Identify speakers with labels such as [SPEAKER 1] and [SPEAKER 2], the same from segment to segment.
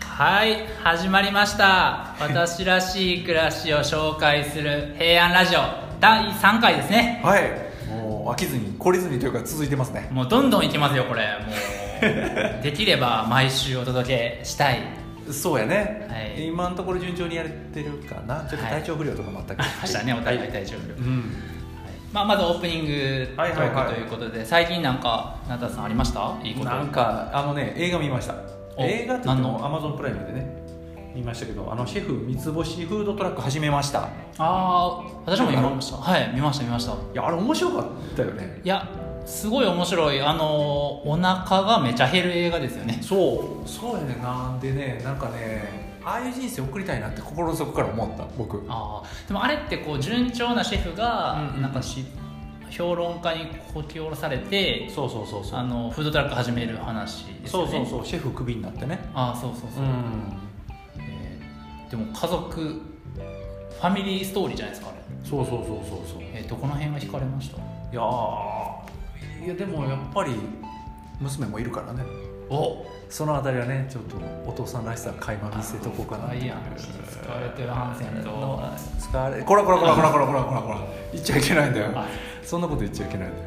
[SPEAKER 1] はい始まりました私らしい暮らしを紹介する平安ラジオ第3回ですね
[SPEAKER 2] はいもう飽きずに懲りずにというか続いてますね
[SPEAKER 1] もうどんどんいきますよこれ もうできれば毎週お届けしたい
[SPEAKER 2] そうやね、
[SPEAKER 1] はい
[SPEAKER 2] 今のところ順調にやれてるかなちょっと体調不良とかもあったけど、
[SPEAKER 1] ありましたねお互い大丈夫、
[SPEAKER 2] うん
[SPEAKER 1] まあ、まずオープニングト
[SPEAKER 2] はいはい
[SPEAKER 1] ー
[SPEAKER 2] はい
[SPEAKER 1] クということで、最近なんかなたさんありましたいいこと
[SPEAKER 2] なんかあのね映画見ました
[SPEAKER 1] お
[SPEAKER 2] 映画って
[SPEAKER 1] 何
[SPEAKER 2] の
[SPEAKER 1] の
[SPEAKER 2] アマゾンプライムでね見ましたけどあのシェフ三つ星フードトラック始めました
[SPEAKER 1] ああ私も見ましたはい見ました見ましたい
[SPEAKER 2] いやあれ面白かったよね
[SPEAKER 1] やすごい面白いあのーお腹がめちゃ減る映画ですよね
[SPEAKER 2] そうそうやねなんでねなんかねああいう人生送りたいなって心の底から思った僕
[SPEAKER 1] ああでもあれってこう順調なシェフが
[SPEAKER 2] うんうん
[SPEAKER 1] なんかし、評論家にこき下ろされて
[SPEAKER 2] そうそうそうそ
[SPEAKER 1] あ
[SPEAKER 2] う
[SPEAKER 1] のフードトラック始める話です
[SPEAKER 2] そ
[SPEAKER 1] よ
[SPEAKER 2] う
[SPEAKER 1] ね
[SPEAKER 2] そうそうシェフクビになってね
[SPEAKER 1] ああそうそうそう、
[SPEAKER 2] ん
[SPEAKER 1] えーでも家族ファミリーストーリーじゃないですかあれ、
[SPEAKER 2] そうそうそうそうそうい
[SPEAKER 1] えー、どこの辺が惹かれました
[SPEAKER 2] やーいやでもやっぱり娘もいるからね
[SPEAKER 1] お
[SPEAKER 2] そのあたりはねちょっとお父さんらしさ垣間見せとこうかな
[SPEAKER 1] あいや使われてるハンセンと
[SPEAKER 2] の使われこらこらこらこらこらこらこらこら言っちゃいけないんだよ
[SPEAKER 1] あ
[SPEAKER 2] そんなこと言っちゃいけないんだよ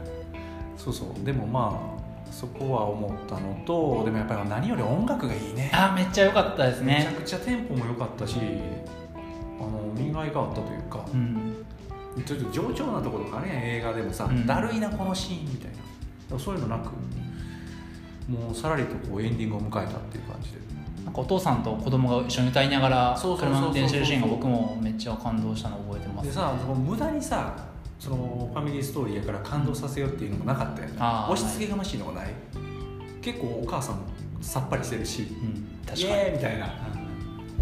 [SPEAKER 2] そうそうでもまあそこは思ったのとでもやっぱり何より音楽がいいね
[SPEAKER 1] あめっちゃ良かったです
[SPEAKER 2] めちゃ
[SPEAKER 1] ね
[SPEAKER 2] くちゃテンポも良かったしあの見がいがあったというか
[SPEAKER 1] うん
[SPEAKER 2] ちょっと冗長なところとかね映画でもさ、
[SPEAKER 1] うん
[SPEAKER 2] だるいなこのシーンみたいなそういうのなくもうさらりとこうエンディングを迎えたっていう感じで
[SPEAKER 1] なんかお父さんと子供が一緒に歌いながら
[SPEAKER 2] そうそうそう
[SPEAKER 1] 車
[SPEAKER 2] そう
[SPEAKER 1] 運転してるシーンが僕もめっちゃ感動したの覚えてま
[SPEAKER 2] ですさその無駄にさそのファミリーストーリーやから感動させようっていうのもなかったよね
[SPEAKER 1] あー
[SPEAKER 2] 押し付けがましいのがない、結構お母さんもさっぱりしてるし
[SPEAKER 1] うん確
[SPEAKER 2] イ
[SPEAKER 1] か
[SPEAKER 2] エ
[SPEAKER 1] に
[SPEAKER 2] ーイみたいな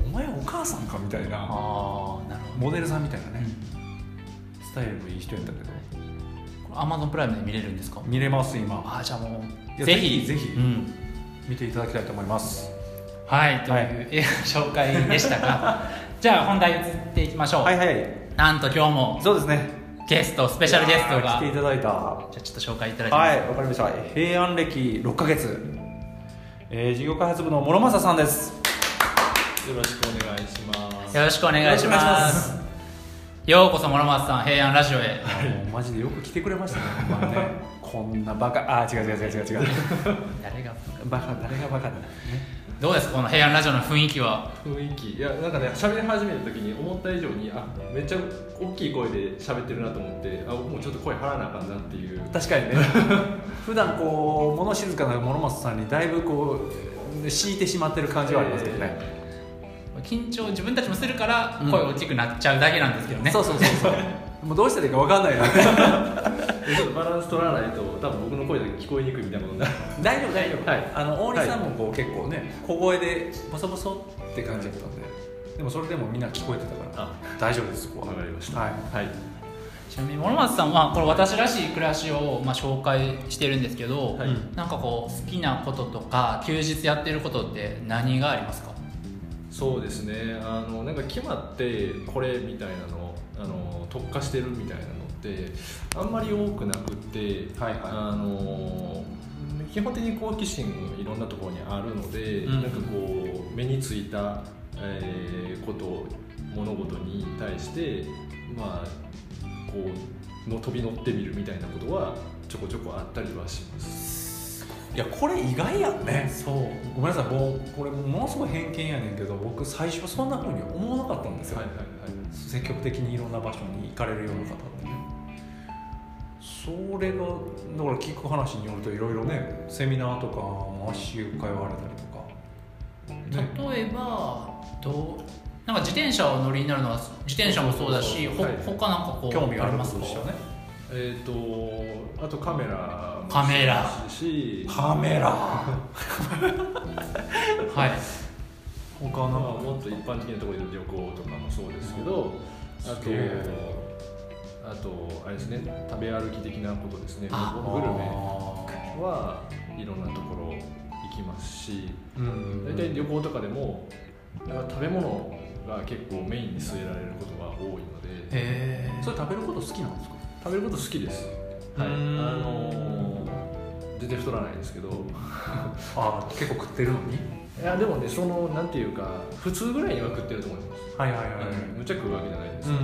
[SPEAKER 2] お前お母さんかみたいな
[SPEAKER 1] ああなるほど
[SPEAKER 2] モデルさんみたいな
[SPEAKER 1] う
[SPEAKER 2] ね、
[SPEAKER 1] ん
[SPEAKER 2] スタイルもいい人やったけど
[SPEAKER 1] アマゾンプライムで見れるんですか
[SPEAKER 2] 見れます今
[SPEAKER 1] ああじゃあも
[SPEAKER 2] いうや
[SPEAKER 1] ぜひ
[SPEAKER 2] ぜひぜひ
[SPEAKER 1] うん、
[SPEAKER 2] 見ていただきたいと思います
[SPEAKER 1] はいとい
[SPEAKER 2] は
[SPEAKER 1] う映画紹介でしたが、 じゃあ本題移っていきましょう、
[SPEAKER 2] はいはい
[SPEAKER 1] なんと今日も
[SPEAKER 2] そうですね
[SPEAKER 1] ゲストスペシャルゲストが
[SPEAKER 2] いやー来ていただいたは
[SPEAKER 1] じゃあちょっと紹介いただき
[SPEAKER 2] い
[SPEAKER 1] ます、
[SPEAKER 2] わかりました平安歴6ヶ月、えー、事業開発部の諸正さんです
[SPEAKER 3] よろしくお願いします。
[SPEAKER 1] よろしくお願いします
[SPEAKER 2] よ
[SPEAKER 1] ようこそ諸松さん平安ラジオへ
[SPEAKER 2] もうマジでよく来てくれましたねほんまね こんなバカあー違う違う違う違う違 う
[SPEAKER 1] 誰が
[SPEAKER 2] バカ誰がバカだね
[SPEAKER 1] どうですこの平安ラジオの雰囲気は
[SPEAKER 3] 雰囲気いやなんかね喋り始めた時に思った以上にあめっちゃ大きい声で喋ってるなと思ってあもうちょっと声張らなあかんなっ ていう
[SPEAKER 2] 確かにね普段こう物静かな諸正さんにだいぶこう敷いてしまってる感じはありますけどね、
[SPEAKER 1] 緊張自分たちもするから
[SPEAKER 2] うん
[SPEAKER 1] 声大きくなっちゃうだけなんですけどね、
[SPEAKER 2] そうそうそ うそうもうどうしたらいいか分かんないよね
[SPEAKER 3] えちょっとバランス取らないと多分僕の声だけ聞こえにくいみたいなことになる
[SPEAKER 2] 大丈夫大丈夫、
[SPEAKER 3] はい
[SPEAKER 2] あの大西さんもこう、結構ね小声でボソボソって感じだったんででもそれでもみんな聞こえてたから
[SPEAKER 3] あ
[SPEAKER 2] 大丈夫ですそこは
[SPEAKER 3] わかりました
[SPEAKER 2] はい
[SPEAKER 3] はい
[SPEAKER 1] ちなみに諸松さんはこれ私らしい暮らしをまあ紹介してるんですけど、
[SPEAKER 3] はい
[SPEAKER 1] なんかこう好きなこととか休日やってることって何がありますか
[SPEAKER 3] そうですねあのなんか決まってこれみたいなのあの特化してるみたいなのってあんまり多くなくって、
[SPEAKER 2] はいはい
[SPEAKER 3] あの基本的に好奇心いろんなところにあるので、
[SPEAKER 2] うん
[SPEAKER 3] なんかこう目についた、えーこと物事に対してまあこうの飛び乗ってみるみたいなことはちょこちょこあったりはします。
[SPEAKER 2] いやこれ意外やんね
[SPEAKER 1] そう
[SPEAKER 2] ごめんなさいもうこれものすごい偏見やねんけど僕最初そんな風に思わなかったんですよ、
[SPEAKER 3] はいはい
[SPEAKER 2] 積極的にいろんな場所に行かれるような方ってねそれがだから聞く話によるといろいろねセミナーとか毎週通われたりとか、ね、
[SPEAKER 1] 例えばどうなんか自転車を乗りになるのは自転車もそうだし
[SPEAKER 3] そうそうそう
[SPEAKER 1] ほ他なんかこう
[SPEAKER 2] 興味あ
[SPEAKER 1] り
[SPEAKER 2] るこ
[SPEAKER 1] ます
[SPEAKER 2] と
[SPEAKER 1] か
[SPEAKER 2] でしたね
[SPEAKER 3] えっ、とあとカメラも
[SPEAKER 1] カメラ
[SPEAKER 3] そうですし
[SPEAKER 2] カメラ
[SPEAKER 1] はい
[SPEAKER 2] 他
[SPEAKER 3] まあ、
[SPEAKER 2] の
[SPEAKER 3] もっと一般的なところで旅行とかもそうですけど、あ
[SPEAKER 2] すげえ
[SPEAKER 3] とあとあれですね食べ歩き的なことですね
[SPEAKER 1] あ
[SPEAKER 3] グルメはいろんなところ行きますし
[SPEAKER 2] うん
[SPEAKER 3] 大体旅行とかでもなんか食べ物が結構メインに据えられることが多いので
[SPEAKER 1] へえ
[SPEAKER 2] それ食べること好きなんですか
[SPEAKER 3] 食べること好きです、はい、あ
[SPEAKER 2] うーん
[SPEAKER 3] のー全然太らないですけど
[SPEAKER 2] ああ結構食ってるのに
[SPEAKER 3] いやでもねそのなんていうか普通ぐらいには食ってると思います、
[SPEAKER 2] はいはいはいはい
[SPEAKER 3] うんむちゃ食うわけじゃないです、
[SPEAKER 2] うんうん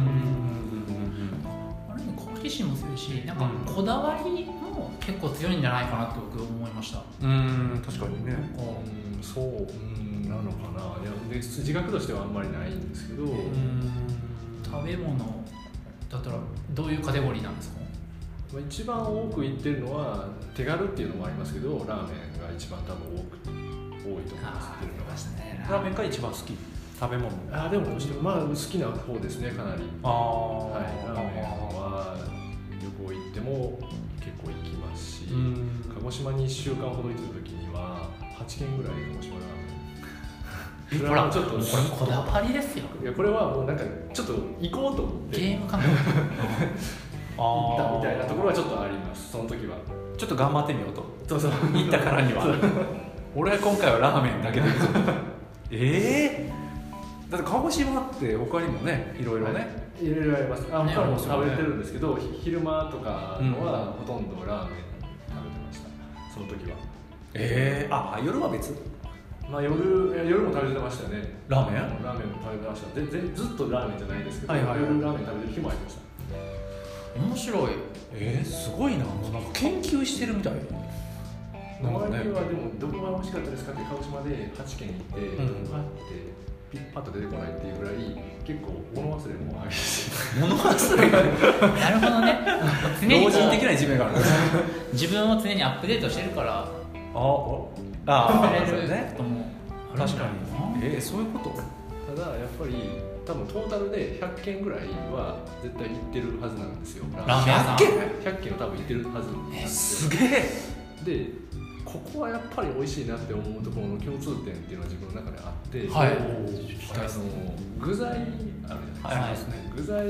[SPEAKER 1] あれに好奇心も強いしなんか
[SPEAKER 2] うん
[SPEAKER 1] こだわりも結構強いんじゃないかなって僕思いました
[SPEAKER 2] うんうんうん確かにね
[SPEAKER 3] うんそううんなのかないやで自覚としてはあんまりないんですけど、
[SPEAKER 2] うん
[SPEAKER 1] 食べ物だったらどういうカテゴリーなんですか
[SPEAKER 3] まあ一番多く行ってるのは手軽っていうのもありますけどラーメンが一番多分多く多いと思います行ってるのは
[SPEAKER 1] たね
[SPEAKER 2] ラーメンが一番好き食べ物
[SPEAKER 3] あーでもまあ好きな方ですねかなり
[SPEAKER 2] ああ
[SPEAKER 3] はいラーメンは旅行行っても結構行きますし、
[SPEAKER 2] うん
[SPEAKER 3] 鹿児島に1週間ほど行ってた時には8軒ぐらい鹿児島ラーメン
[SPEAKER 1] ほら
[SPEAKER 3] ちょっと
[SPEAKER 1] これこだわりですよ
[SPEAKER 3] いやこれはもうなんかちょっと行こうと思って
[SPEAKER 1] ゲ
[SPEAKER 3] 行
[SPEAKER 1] ーム感覚
[SPEAKER 3] っ
[SPEAKER 2] あ
[SPEAKER 3] た
[SPEAKER 2] あ
[SPEAKER 3] みたいなところはちょっとありますその時は
[SPEAKER 2] ちょっと頑張ってみようと
[SPEAKER 3] そうそう
[SPEAKER 2] 行ったからには俺は今回はラーメンだけで ええだって鹿児島って他にもねいろいろね、
[SPEAKER 3] いろいろありますあ
[SPEAKER 1] ね
[SPEAKER 3] 他も
[SPEAKER 2] ありますよ
[SPEAKER 3] 食
[SPEAKER 2] ね
[SPEAKER 3] べてるんですけど、ひ昼間とかのはほとんどラーメン食べてました、その時は
[SPEAKER 2] ええあ夜は別
[SPEAKER 3] まあ夜いや夜も食べてましたね
[SPEAKER 2] ラーメン
[SPEAKER 3] ラーメンも食べてましたでぜずっとラーメンじゃないですけど、
[SPEAKER 2] はいはいはい
[SPEAKER 3] 夜ラーメン食べてる日もありました
[SPEAKER 1] 面白い
[SPEAKER 2] ええすごいななんか研究してるみたい
[SPEAKER 3] 名
[SPEAKER 2] なん
[SPEAKER 3] 前
[SPEAKER 2] かね
[SPEAKER 3] はでもどこが美味しかったですかって鹿児島で8軒行って、
[SPEAKER 2] うん
[SPEAKER 3] パッてピッパッと出てこないっていうぐらい結構物忘れも激しい
[SPEAKER 2] 物忘れが
[SPEAKER 1] なるほどね常にこ
[SPEAKER 2] 老
[SPEAKER 1] う
[SPEAKER 2] 人的な一面がある
[SPEAKER 1] 自分を常にアップデートしてるから
[SPEAKER 2] あおあ
[SPEAKER 1] 触れ
[SPEAKER 2] そう
[SPEAKER 1] る
[SPEAKER 2] ね
[SPEAKER 1] こともあるん
[SPEAKER 2] 確
[SPEAKER 1] じゃ
[SPEAKER 2] か
[SPEAKER 1] ないな
[SPEAKER 2] にええそういうこと
[SPEAKER 3] ただやっぱり多分トータルで100軒ぐらいは絶対行ってるはずなんですよ
[SPEAKER 1] ラーメン屋さん
[SPEAKER 3] 100軒は多分行ってるはずなん
[SPEAKER 1] え
[SPEAKER 3] です
[SPEAKER 2] す
[SPEAKER 3] よ
[SPEAKER 2] げえ
[SPEAKER 3] でここはやっぱり美味しいなって思うところの共通点っていうのは自分の中であって、
[SPEAKER 1] はい
[SPEAKER 3] あの具材あるじゃないですか、
[SPEAKER 1] はいはい
[SPEAKER 3] 具材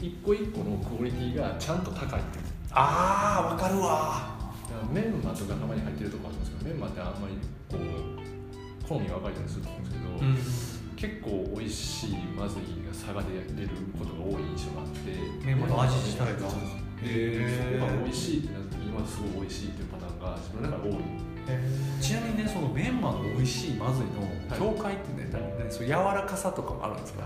[SPEAKER 3] 一個一個のクオリティがちゃんと高いっていう
[SPEAKER 2] ああわかるわ
[SPEAKER 3] だからメンマとかたまに入ってるとこあるんですけどメンマってあんまりこう好み分かれたりすると思うんで
[SPEAKER 2] う
[SPEAKER 3] すけど、
[SPEAKER 2] ん
[SPEAKER 3] 結構美味しいまずいが差が出ることが多い印象があって
[SPEAKER 2] メンマの味自体が
[SPEAKER 3] そうそう
[SPEAKER 2] へー
[SPEAKER 3] そこが美味しいってなって今すごい美味しいっていうパターンが自分の中で多い
[SPEAKER 2] ちなみにねそのメンマの美味しいまずいの
[SPEAKER 3] は
[SPEAKER 2] 境界ってね、何そう柔らかさとかもあるんですか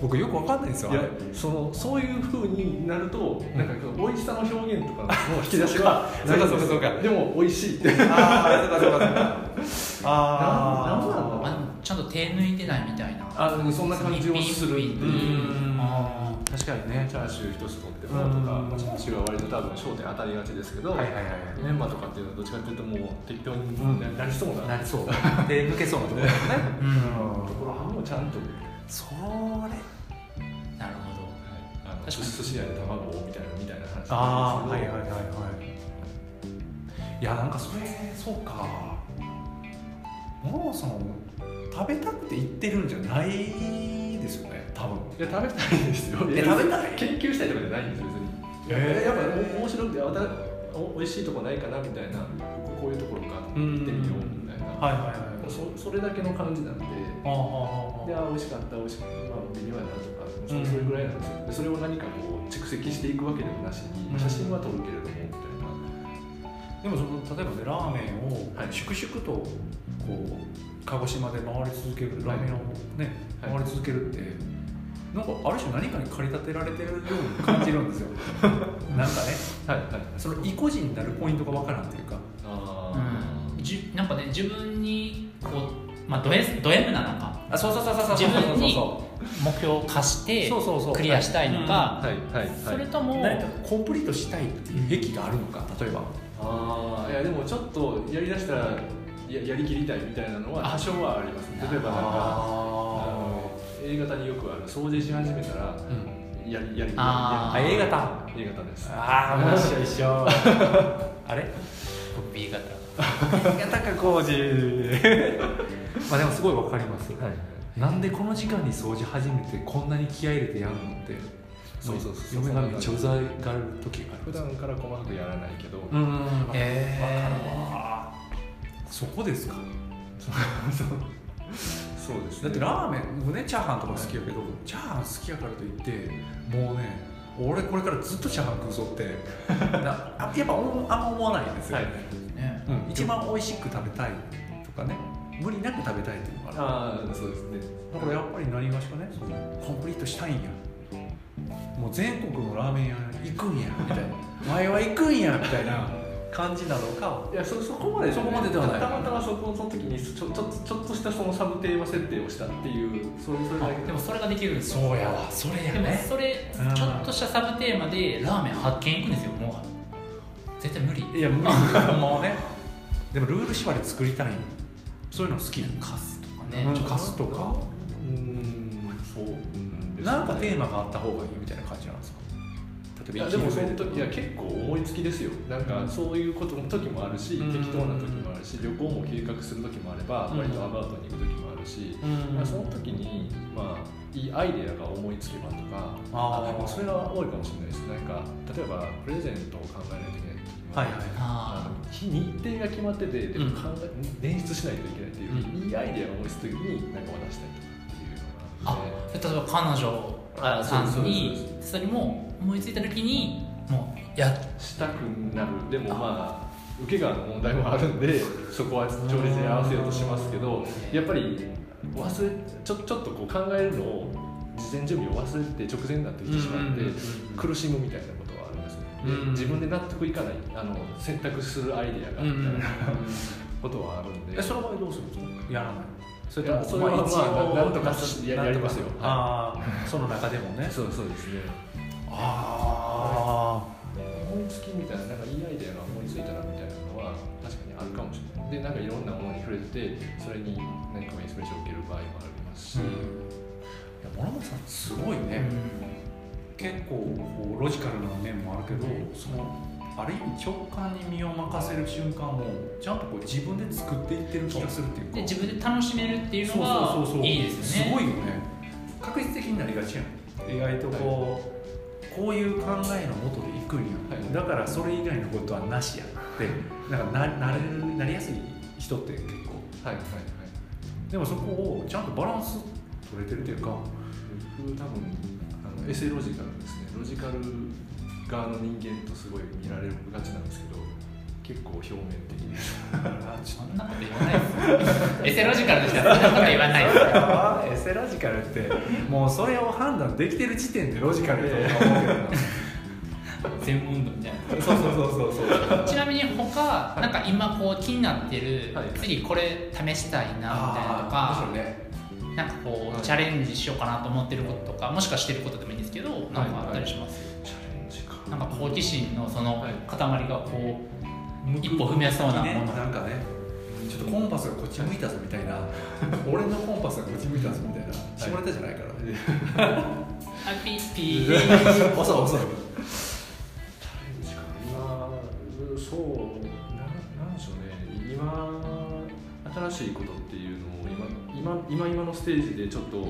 [SPEAKER 2] 僕よくわかんないんですよ
[SPEAKER 3] いや
[SPEAKER 2] あれ
[SPEAKER 3] そのそういう風になると、
[SPEAKER 2] ん
[SPEAKER 3] なんかこう美味しさの表現とかの引き出しは
[SPEAKER 2] そうか
[SPEAKER 3] ないんです
[SPEAKER 2] そうかそうか
[SPEAKER 3] でも美味しいって
[SPEAKER 2] ああそうかそうかそうか
[SPEAKER 3] な
[SPEAKER 2] あー
[SPEAKER 3] んなんだろう
[SPEAKER 1] あでもちゃんと手抜いてないみたいな
[SPEAKER 3] あでもそんな感じをするって
[SPEAKER 1] う
[SPEAKER 2] う
[SPEAKER 3] いう。
[SPEAKER 2] ん
[SPEAKER 1] あ
[SPEAKER 2] 確かにね
[SPEAKER 3] チャーシュー一つ取ってもらうとか、
[SPEAKER 2] うん
[SPEAKER 3] まあチャーシューは割と多分焦点当たりがちですけど、
[SPEAKER 2] はいはいは
[SPEAKER 3] メンマとかっていうのはどっちかっていうともう適当
[SPEAKER 2] うん
[SPEAKER 3] にななりそう
[SPEAKER 2] い
[SPEAKER 3] な
[SPEAKER 2] なりそうで抜け そうなところだね
[SPEAKER 1] うん
[SPEAKER 3] ところはもうちゃんと、はい、
[SPEAKER 2] それ
[SPEAKER 1] なるほど
[SPEAKER 3] あ
[SPEAKER 1] 確
[SPEAKER 3] の
[SPEAKER 1] か
[SPEAKER 3] 寿
[SPEAKER 1] に
[SPEAKER 3] 司屋で卵をみたいなみたいな話
[SPEAKER 2] ああ
[SPEAKER 3] な
[SPEAKER 2] は
[SPEAKER 3] ん
[SPEAKER 2] い
[SPEAKER 3] で
[SPEAKER 2] は
[SPEAKER 3] す
[SPEAKER 2] い
[SPEAKER 3] け
[SPEAKER 2] はい
[SPEAKER 3] ど
[SPEAKER 2] はいいやなんかそれそうかモロさん食べたくて行ってるんじゃないですよね多分
[SPEAKER 3] いや食べたいですよ
[SPEAKER 2] え食べたい
[SPEAKER 3] 研究したいとかじゃないんですよ別に、
[SPEAKER 2] えー
[SPEAKER 3] やっぱ面白くてあまたお美味しいとこないかなみたいなこここういうところか
[SPEAKER 2] うん
[SPEAKER 3] 行ってみようみたいな、
[SPEAKER 2] はいはいはい
[SPEAKER 3] そそれだけの感じなんで
[SPEAKER 2] ああ
[SPEAKER 3] であ美味しかった美味しかったまあ微妙やなとかそ
[SPEAKER 2] うん
[SPEAKER 3] それぐらいなんですよ、でそれを何かこう蓄積していくわけでもなしに、
[SPEAKER 2] うん
[SPEAKER 3] 写真は撮るけれどもみ
[SPEAKER 2] で
[SPEAKER 3] たいな
[SPEAKER 2] もその例えばねラーメンを
[SPEAKER 3] はい
[SPEAKER 2] 粛々とこう鹿児島で回り続けるラーメンをね、
[SPEAKER 3] はい
[SPEAKER 2] 回り続けるってなんかある種何かに駆り立てられてるように感じるんです よなんかね
[SPEAKER 3] はいはい
[SPEAKER 2] その意固地になるポイントがわからんというか
[SPEAKER 3] あ
[SPEAKER 1] うんじなんかね自分にこう、まあ、ド S ド M なのか
[SPEAKER 2] あそうそうそうそう
[SPEAKER 1] 自分に
[SPEAKER 2] そ
[SPEAKER 1] 目標を課して
[SPEAKER 2] そうそうそう
[SPEAKER 1] クリアしたいの
[SPEAKER 3] あ
[SPEAKER 1] か
[SPEAKER 3] はいはい
[SPEAKER 1] それ
[SPEAKER 3] はい
[SPEAKER 1] と
[SPEAKER 2] う
[SPEAKER 1] も
[SPEAKER 2] 何かコンプリートしたいっていう癖があるのか例えば
[SPEAKER 3] ああいやでもちょっとやりだしたらややりきりたいみたいなのは多少はありますね例えばなんかあの A 型によくある掃除し始めたら
[SPEAKER 2] ーうん
[SPEAKER 3] やりやり
[SPEAKER 1] あ
[SPEAKER 2] あ A 型
[SPEAKER 3] A 型です
[SPEAKER 2] ああもう一緒一緒 あれ
[SPEAKER 1] B 型
[SPEAKER 2] A 型か工事 まあでもすごいわかります
[SPEAKER 3] はい
[SPEAKER 2] なんでこの時間に掃除始めてこんなに気合い入れてやるのって
[SPEAKER 3] そうそうそう
[SPEAKER 2] 嫁がめっちゃうざがる時がある
[SPEAKER 3] 普段から細かくやらないけど、
[SPEAKER 2] うんうんうん
[SPEAKER 1] えー
[SPEAKER 2] わかるわそこですか
[SPEAKER 3] そうです
[SPEAKER 2] だ
[SPEAKER 3] ね
[SPEAKER 2] ってラーメン僕ねチャーハンとか好きやけど、チャーハン好きやからといってもうね俺これからずっとチャーハン食うぞって なあやっぱ思うあんま思わないんですよ、
[SPEAKER 3] はい
[SPEAKER 1] ね
[SPEAKER 2] うん、一番美味しく食べたいとかね無理なく食べたいっていうのがある
[SPEAKER 3] ああそうですね
[SPEAKER 2] だからやっぱり何がしかねそのコンプリートしたいんやもう全国のラーメン屋行くんやみたい な前は行くんやみたいな感じなのか
[SPEAKER 3] いやそそこまで、
[SPEAKER 2] そこまでではない
[SPEAKER 3] たまたまそこその時にちょちょちょっとしたそのサブテーマ設定をしたっていうそれそれだけ
[SPEAKER 1] でもそれができるんですよ
[SPEAKER 2] そうやわそれや
[SPEAKER 1] でも
[SPEAKER 2] ね
[SPEAKER 1] それ
[SPEAKER 2] うん
[SPEAKER 1] ちょっとしたサブテーマでラーメン発見行くんですよもう絶対無理
[SPEAKER 2] いや無理 もうねでもルール縛り作りたいそういうの好き
[SPEAKER 1] カスとかね
[SPEAKER 2] うん
[SPEAKER 1] ちょっと
[SPEAKER 2] カスとか
[SPEAKER 3] うんそううんですね
[SPEAKER 2] なんかテーマがあった方がいいみたいな感じなんですか
[SPEAKER 3] い
[SPEAKER 2] 例えば
[SPEAKER 3] やでもその
[SPEAKER 2] 生きる
[SPEAKER 3] 時い
[SPEAKER 2] 上
[SPEAKER 3] や
[SPEAKER 2] で
[SPEAKER 3] 結構思いつきですよなん
[SPEAKER 2] う
[SPEAKER 3] か
[SPEAKER 2] ん
[SPEAKER 3] そういうことの時もあるし、
[SPEAKER 2] うん
[SPEAKER 3] 適当な時もあるし旅行も計画する時もあれば
[SPEAKER 2] うん
[SPEAKER 3] 割とアバウトに行く時もあるし、
[SPEAKER 2] うん
[SPEAKER 3] まあその時にまあいいアイデアが思いつけばとか
[SPEAKER 2] あー
[SPEAKER 3] でもそれは多いかもしれないですなんか例えばプレゼントを考えないといけない時には
[SPEAKER 2] はいはい
[SPEAKER 3] あ
[SPEAKER 1] あ
[SPEAKER 3] の日日程が決まっててで
[SPEAKER 2] うん
[SPEAKER 3] も考え、捻出しないといけないってい
[SPEAKER 2] う
[SPEAKER 3] う、いいアイデアを思いついた時に何か渡したりとかっていうの
[SPEAKER 1] あ
[SPEAKER 3] がるので
[SPEAKER 1] 例えば彼女あさん
[SPEAKER 3] そうそう
[SPEAKER 1] にそれも思いついた時にもうやっ
[SPEAKER 3] したくなるでもまあ受けがの問題もあるんでそこは調律に合わせようとしますけどやっぱり忘れちょちょっとこう考えるのを事前準備を忘れて直前になってきてしまって
[SPEAKER 2] うんうんうんうん
[SPEAKER 3] 苦しむみたいなことはありますねで
[SPEAKER 2] うん
[SPEAKER 3] 自分で納得いかないあの選択するアイデアがみたいなことはあるんで
[SPEAKER 2] えその場合どうするんですかやらないそ
[SPEAKER 3] いやそれはまあなんとかしややりますよはい
[SPEAKER 2] ああーその中でも ね
[SPEAKER 3] そうそうですね
[SPEAKER 2] あ
[SPEAKER 3] 思いつきみたいななんかいいアイデアが思いついたなみたいなのは確かにあるかもしれないでなんかいろんなものに触れててそれに何かインスピレーションを受ける場合もありますし、
[SPEAKER 2] うんいや諸本さんすごい
[SPEAKER 1] て
[SPEAKER 2] ね、結構こうロジカルな面もあるけどそのある意味直感に身を任せる瞬間もちゃんとこう自分で作っていってる気がするっていうか
[SPEAKER 1] で自分で楽しめるっていうの
[SPEAKER 2] そうそうそうそ
[SPEAKER 1] が
[SPEAKER 2] う
[SPEAKER 1] いいですよね
[SPEAKER 2] すごいよね確率的になりがちやん意外とこう、こういう考えのもとでいくんや、
[SPEAKER 3] はい
[SPEAKER 2] だからそれ以外のことはなしやってなんかななれるなりやすい人って結構
[SPEAKER 3] はいはいはい
[SPEAKER 2] でもそこをちゃんとバランス取れてるという か
[SPEAKER 3] 僕多分あのエセロジカルですねロジカル側の人間とすごい見られがちなんですけど結構表面的です
[SPEAKER 1] そんなこと言わない ですエセロジカルでしたらそんなこと言わないです
[SPEAKER 2] エセロジカルってもうそれを判断できてる時点でロジカルやと思うけどな
[SPEAKER 1] 専門論じゃない
[SPEAKER 2] そうそうそうそうそう
[SPEAKER 1] ちなみに他なんか今こう気になってる、
[SPEAKER 3] はい
[SPEAKER 1] 次これ試したいなみたいなとか
[SPEAKER 2] あーむしろね
[SPEAKER 1] なんかこ
[SPEAKER 3] は
[SPEAKER 1] う
[SPEAKER 3] い
[SPEAKER 1] チャレンジしようかなと思ってることとかもしかしてることでもいいんですけどなんかあったりします、
[SPEAKER 3] チャレンジか
[SPEAKER 1] なんか好奇心のその
[SPEAKER 3] はい
[SPEAKER 1] 塊がこう一歩踏み出せそうなもの、
[SPEAKER 2] なんかねちょっとコンパスがこっち向いたぞみ たいな俺のコンパスがこっち向いたぞみたいなしてもらったじゃないからね
[SPEAKER 1] あピッピー
[SPEAKER 2] 遅い遅い
[SPEAKER 3] 今そうななんでしょうね今新しいことっていうのを今今今今のステージでちょっと
[SPEAKER 2] うん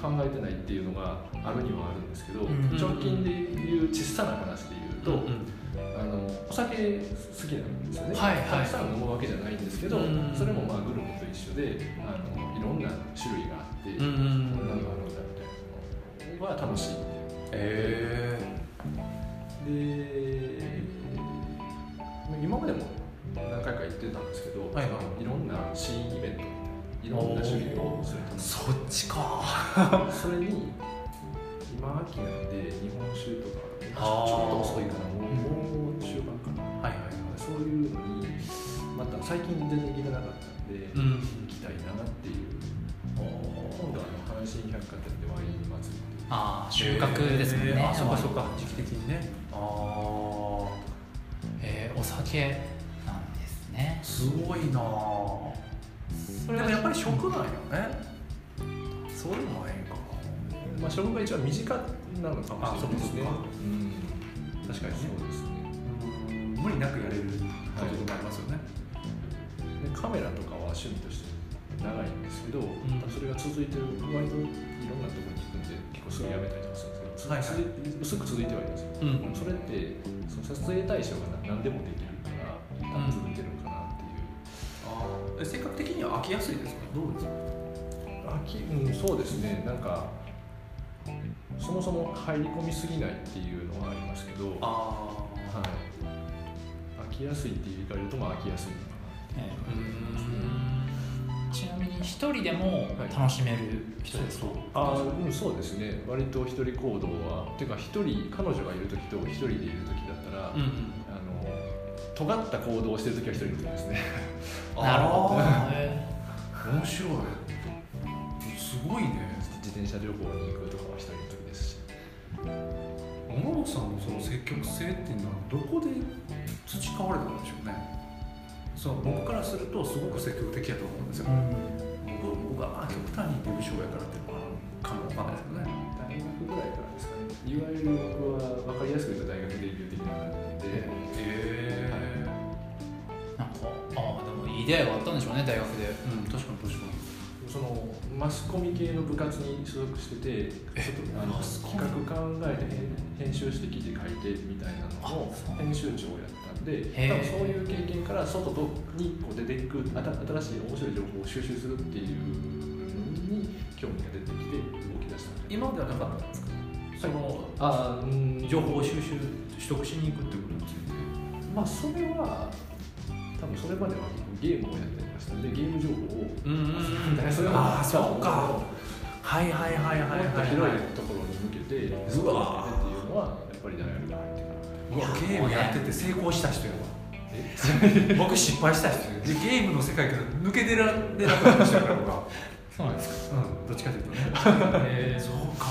[SPEAKER 3] 考えてないっていうのがあるにはあるんですけど、
[SPEAKER 1] うん
[SPEAKER 3] 直近でいう小さな話で言うと、
[SPEAKER 2] と
[SPEAKER 3] あのお酒好きなんですよね、
[SPEAKER 1] はいはい
[SPEAKER 3] たくさん飲むわけじゃないんですけど、
[SPEAKER 2] うん
[SPEAKER 3] それもまあグルメと一緒であのいろんな種類があって、
[SPEAKER 2] うんうん
[SPEAKER 3] こんなのがあるんだみたいなのは楽しい。
[SPEAKER 2] え
[SPEAKER 3] で今までも何回か行ってたんですけど、
[SPEAKER 2] はいはい
[SPEAKER 3] そのろんなシーンイベントいろんな種類をすると
[SPEAKER 2] ー、そっちか
[SPEAKER 3] それに今秋なんで日本酒とかち
[SPEAKER 2] あー
[SPEAKER 3] ょっと遅いかなもうもう中盤かな
[SPEAKER 2] はいはい
[SPEAKER 3] そういうのにまた最近全然行けなかったんで、
[SPEAKER 2] ん
[SPEAKER 3] 行きたいなっていう今度はあの阪神百貨店でワイン祭りっていう
[SPEAKER 1] あー収穫ですもんね、
[SPEAKER 2] えーあそうかそう
[SPEAKER 1] ワ
[SPEAKER 2] か
[SPEAKER 1] イン
[SPEAKER 2] 時期的にねああ
[SPEAKER 1] えーお酒なんですね
[SPEAKER 2] すごいなあ
[SPEAKER 1] それ
[SPEAKER 2] で
[SPEAKER 1] は
[SPEAKER 2] もやっぱり食なんよねそういうのもええんか
[SPEAKER 3] まあ食が一番身近なのかもしれないですね
[SPEAKER 2] あそうかそ
[SPEAKER 3] う
[SPEAKER 2] 確か
[SPEAKER 3] ん
[SPEAKER 2] にね
[SPEAKER 3] そうですね
[SPEAKER 2] うん無理なくやれることでもありますよね、
[SPEAKER 3] でカメラとかは趣味として長いんですけど、
[SPEAKER 2] ん
[SPEAKER 3] それが続いてる割といろんなところに行くんで結構すぐやめたりとかするんですけど、
[SPEAKER 2] はいはい
[SPEAKER 3] 続い薄く続いてはいますよ、
[SPEAKER 2] うん
[SPEAKER 3] それってその撮影対象が何何でもできるから多分続いてるのかなっていう、
[SPEAKER 2] ああ性格的には飽きやすいですかどうですか
[SPEAKER 3] 秋うん、そうですねなんかそもそも入り込みすぎないっていうのはありますけど、はい、
[SPEAKER 2] あ
[SPEAKER 3] 飽きやすいっていう言い方で言うとまあ飽きやすいのかなっていう
[SPEAKER 1] え
[SPEAKER 2] うーん
[SPEAKER 1] みに一人でも楽しめる人ですか、
[SPEAKER 3] あーうんそうですね割と一人行動はてか一人彼女がいる時と一人でいる時だったら、
[SPEAKER 1] うん
[SPEAKER 3] あの尖った行動をしてる時は一人の時ですね
[SPEAKER 1] うんなる ほど
[SPEAKER 3] あ
[SPEAKER 1] へ
[SPEAKER 2] うん、面白いすごいね
[SPEAKER 3] ー自転車旅行に行くとかは一人の時ですし
[SPEAKER 2] 小野さんのその積極性っていうのはどこで培われたんでしょうねそう僕からするとすごく積極的やと思うんですよ
[SPEAKER 1] ーうん
[SPEAKER 2] 僕僕はまあ極端に無性やからっていうのはあるかもわかんないですけどね
[SPEAKER 3] 大学ぐらいからですかねいわゆる僕は分かりやすく言うと大学デビュー的な感じで
[SPEAKER 2] え
[SPEAKER 1] なんかああでもいい出会いがあったんでしょうね大学で
[SPEAKER 2] うん確かに確かに
[SPEAKER 3] そのマスコミ系の部活に所属しててちょっとあの
[SPEAKER 2] マスコミ
[SPEAKER 3] 企画考えて編編集して記事書いてみたいなのを
[SPEAKER 1] あそう
[SPEAKER 3] 編集長をやったんで
[SPEAKER 1] へー
[SPEAKER 3] 多分そういう経験から外とにこう出ていくあた新しい面白い情報を収集するっていうのに興味が出てきて動き出したんで
[SPEAKER 2] 今まではなかったんですか、その
[SPEAKER 3] あーうん
[SPEAKER 2] 情報を収集取得しに行くってことについて
[SPEAKER 3] まあそれは多分それまではゲームをやってましたんでゲーム情報を
[SPEAKER 2] うんうん
[SPEAKER 3] それ
[SPEAKER 2] あ
[SPEAKER 3] は
[SPEAKER 2] あそうかはいはいはいはい
[SPEAKER 3] もっと
[SPEAKER 2] はい
[SPEAKER 3] 広いところに向けて
[SPEAKER 2] うわ
[SPEAKER 3] っていうのはやっぱり大学が入ってから
[SPEAKER 2] うわゲームやってて成功した人やわ僕失敗した人でゲームの世界から抜け出られなくなっちゃうから僕は
[SPEAKER 1] そうなんですか
[SPEAKER 2] うんどっちかというとね
[SPEAKER 1] へー
[SPEAKER 2] そうか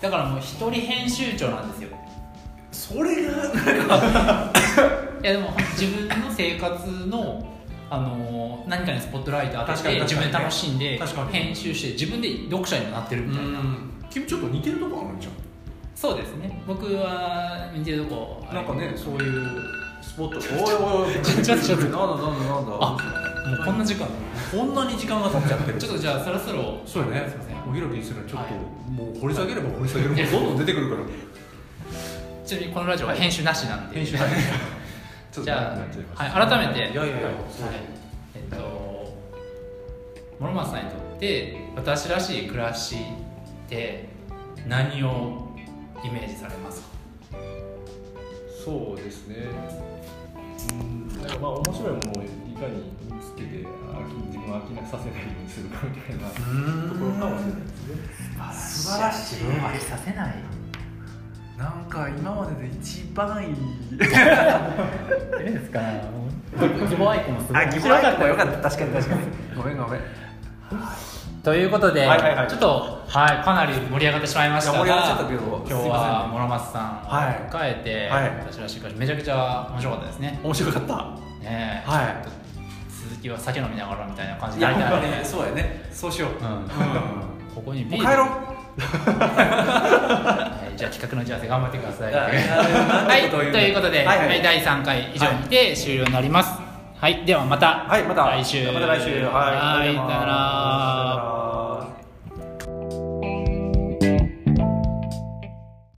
[SPEAKER 1] だからもう一人編集長なんですよ
[SPEAKER 2] それが
[SPEAKER 1] いやでも自分の生活の、あのー何かにスポットライト当て
[SPEAKER 2] 確かに
[SPEAKER 1] て自
[SPEAKER 2] 確か
[SPEAKER 1] 分
[SPEAKER 2] に
[SPEAKER 1] で楽しんで
[SPEAKER 2] 確かに
[SPEAKER 1] 編集して自分で読者にもなってるみたいな、
[SPEAKER 2] 君ちょっと似てるとこあるんじゃん
[SPEAKER 1] そうですね僕は似てるとこ
[SPEAKER 2] なんかね、そういうスポット。おいおいおい。
[SPEAKER 1] ちょちょちょ
[SPEAKER 2] なんだなんだなんだ。
[SPEAKER 1] もうこんな時間
[SPEAKER 2] こんなに時間が経っちゃって る。
[SPEAKER 1] ちょっとじゃあそろそろ
[SPEAKER 2] そうやね
[SPEAKER 1] すいません。
[SPEAKER 2] おひろきにするのちょっと
[SPEAKER 1] は
[SPEAKER 2] もう掘り下げれば掘り下 げるほどどんどん出てくるから。
[SPEAKER 1] ちなみにこのラジオは編集なしなんで、
[SPEAKER 2] 編集ない。
[SPEAKER 3] ちょっと
[SPEAKER 1] じゃ
[SPEAKER 3] なっちゃいまし
[SPEAKER 1] あ、
[SPEAKER 3] た
[SPEAKER 1] はい、改め
[SPEAKER 2] い
[SPEAKER 1] て
[SPEAKER 2] やいやいや。
[SPEAKER 1] はい、えっと諸松さんにとって私らしい暮らしって何をイメージされますか
[SPEAKER 3] そうですねうんなんかまあ面白いものをいかに見つけて飽き自分を飽きなさせないようにするかみたいなと
[SPEAKER 2] う
[SPEAKER 3] こ
[SPEAKER 2] ー
[SPEAKER 3] ろかもしれ
[SPEAKER 2] ん。
[SPEAKER 3] ないですね
[SPEAKER 2] 素晴らしい
[SPEAKER 1] 飽きさせない
[SPEAKER 2] なんか今までで一番 いい。
[SPEAKER 1] いいですか義母アイコンもすごい
[SPEAKER 2] った。確かに確かに。ごめんごめん。
[SPEAKER 1] ということで、
[SPEAKER 2] はいはいはい
[SPEAKER 1] ちょっと、はい、かなり盛り上がってしまいましたが
[SPEAKER 2] いや盛り上がっちゃったけど
[SPEAKER 1] 今日は諸松さんを迎えて、
[SPEAKER 2] はい
[SPEAKER 1] 私らしい暮らしめちゃくちゃ面白かったですね
[SPEAKER 2] 面白かった。
[SPEAKER 1] ねえ、
[SPEAKER 2] は
[SPEAKER 1] 続きは酒飲みながらみたいな感じ
[SPEAKER 2] い
[SPEAKER 1] になり
[SPEAKER 2] や、
[SPEAKER 1] た
[SPEAKER 2] なん
[SPEAKER 1] い
[SPEAKER 2] かね、そうやね。そうしよう。
[SPEAKER 1] うん
[SPEAKER 2] も
[SPEAKER 1] ここに
[SPEAKER 2] う
[SPEAKER 1] ビー
[SPEAKER 2] 帰
[SPEAKER 1] ル
[SPEAKER 2] ろう。
[SPEAKER 1] はいじゃあ企画の打ち合わせ頑張ってください。
[SPEAKER 2] あいや
[SPEAKER 1] はい、
[SPEAKER 2] なんてことを言うの
[SPEAKER 1] ということで、
[SPEAKER 2] はいはい
[SPEAKER 1] はい第3回以上にて終了になります。はい、ではまた、
[SPEAKER 2] はい、また
[SPEAKER 1] 来週。
[SPEAKER 2] また来週。はい。
[SPEAKER 1] はい、さよなら。
[SPEAKER 2] ら。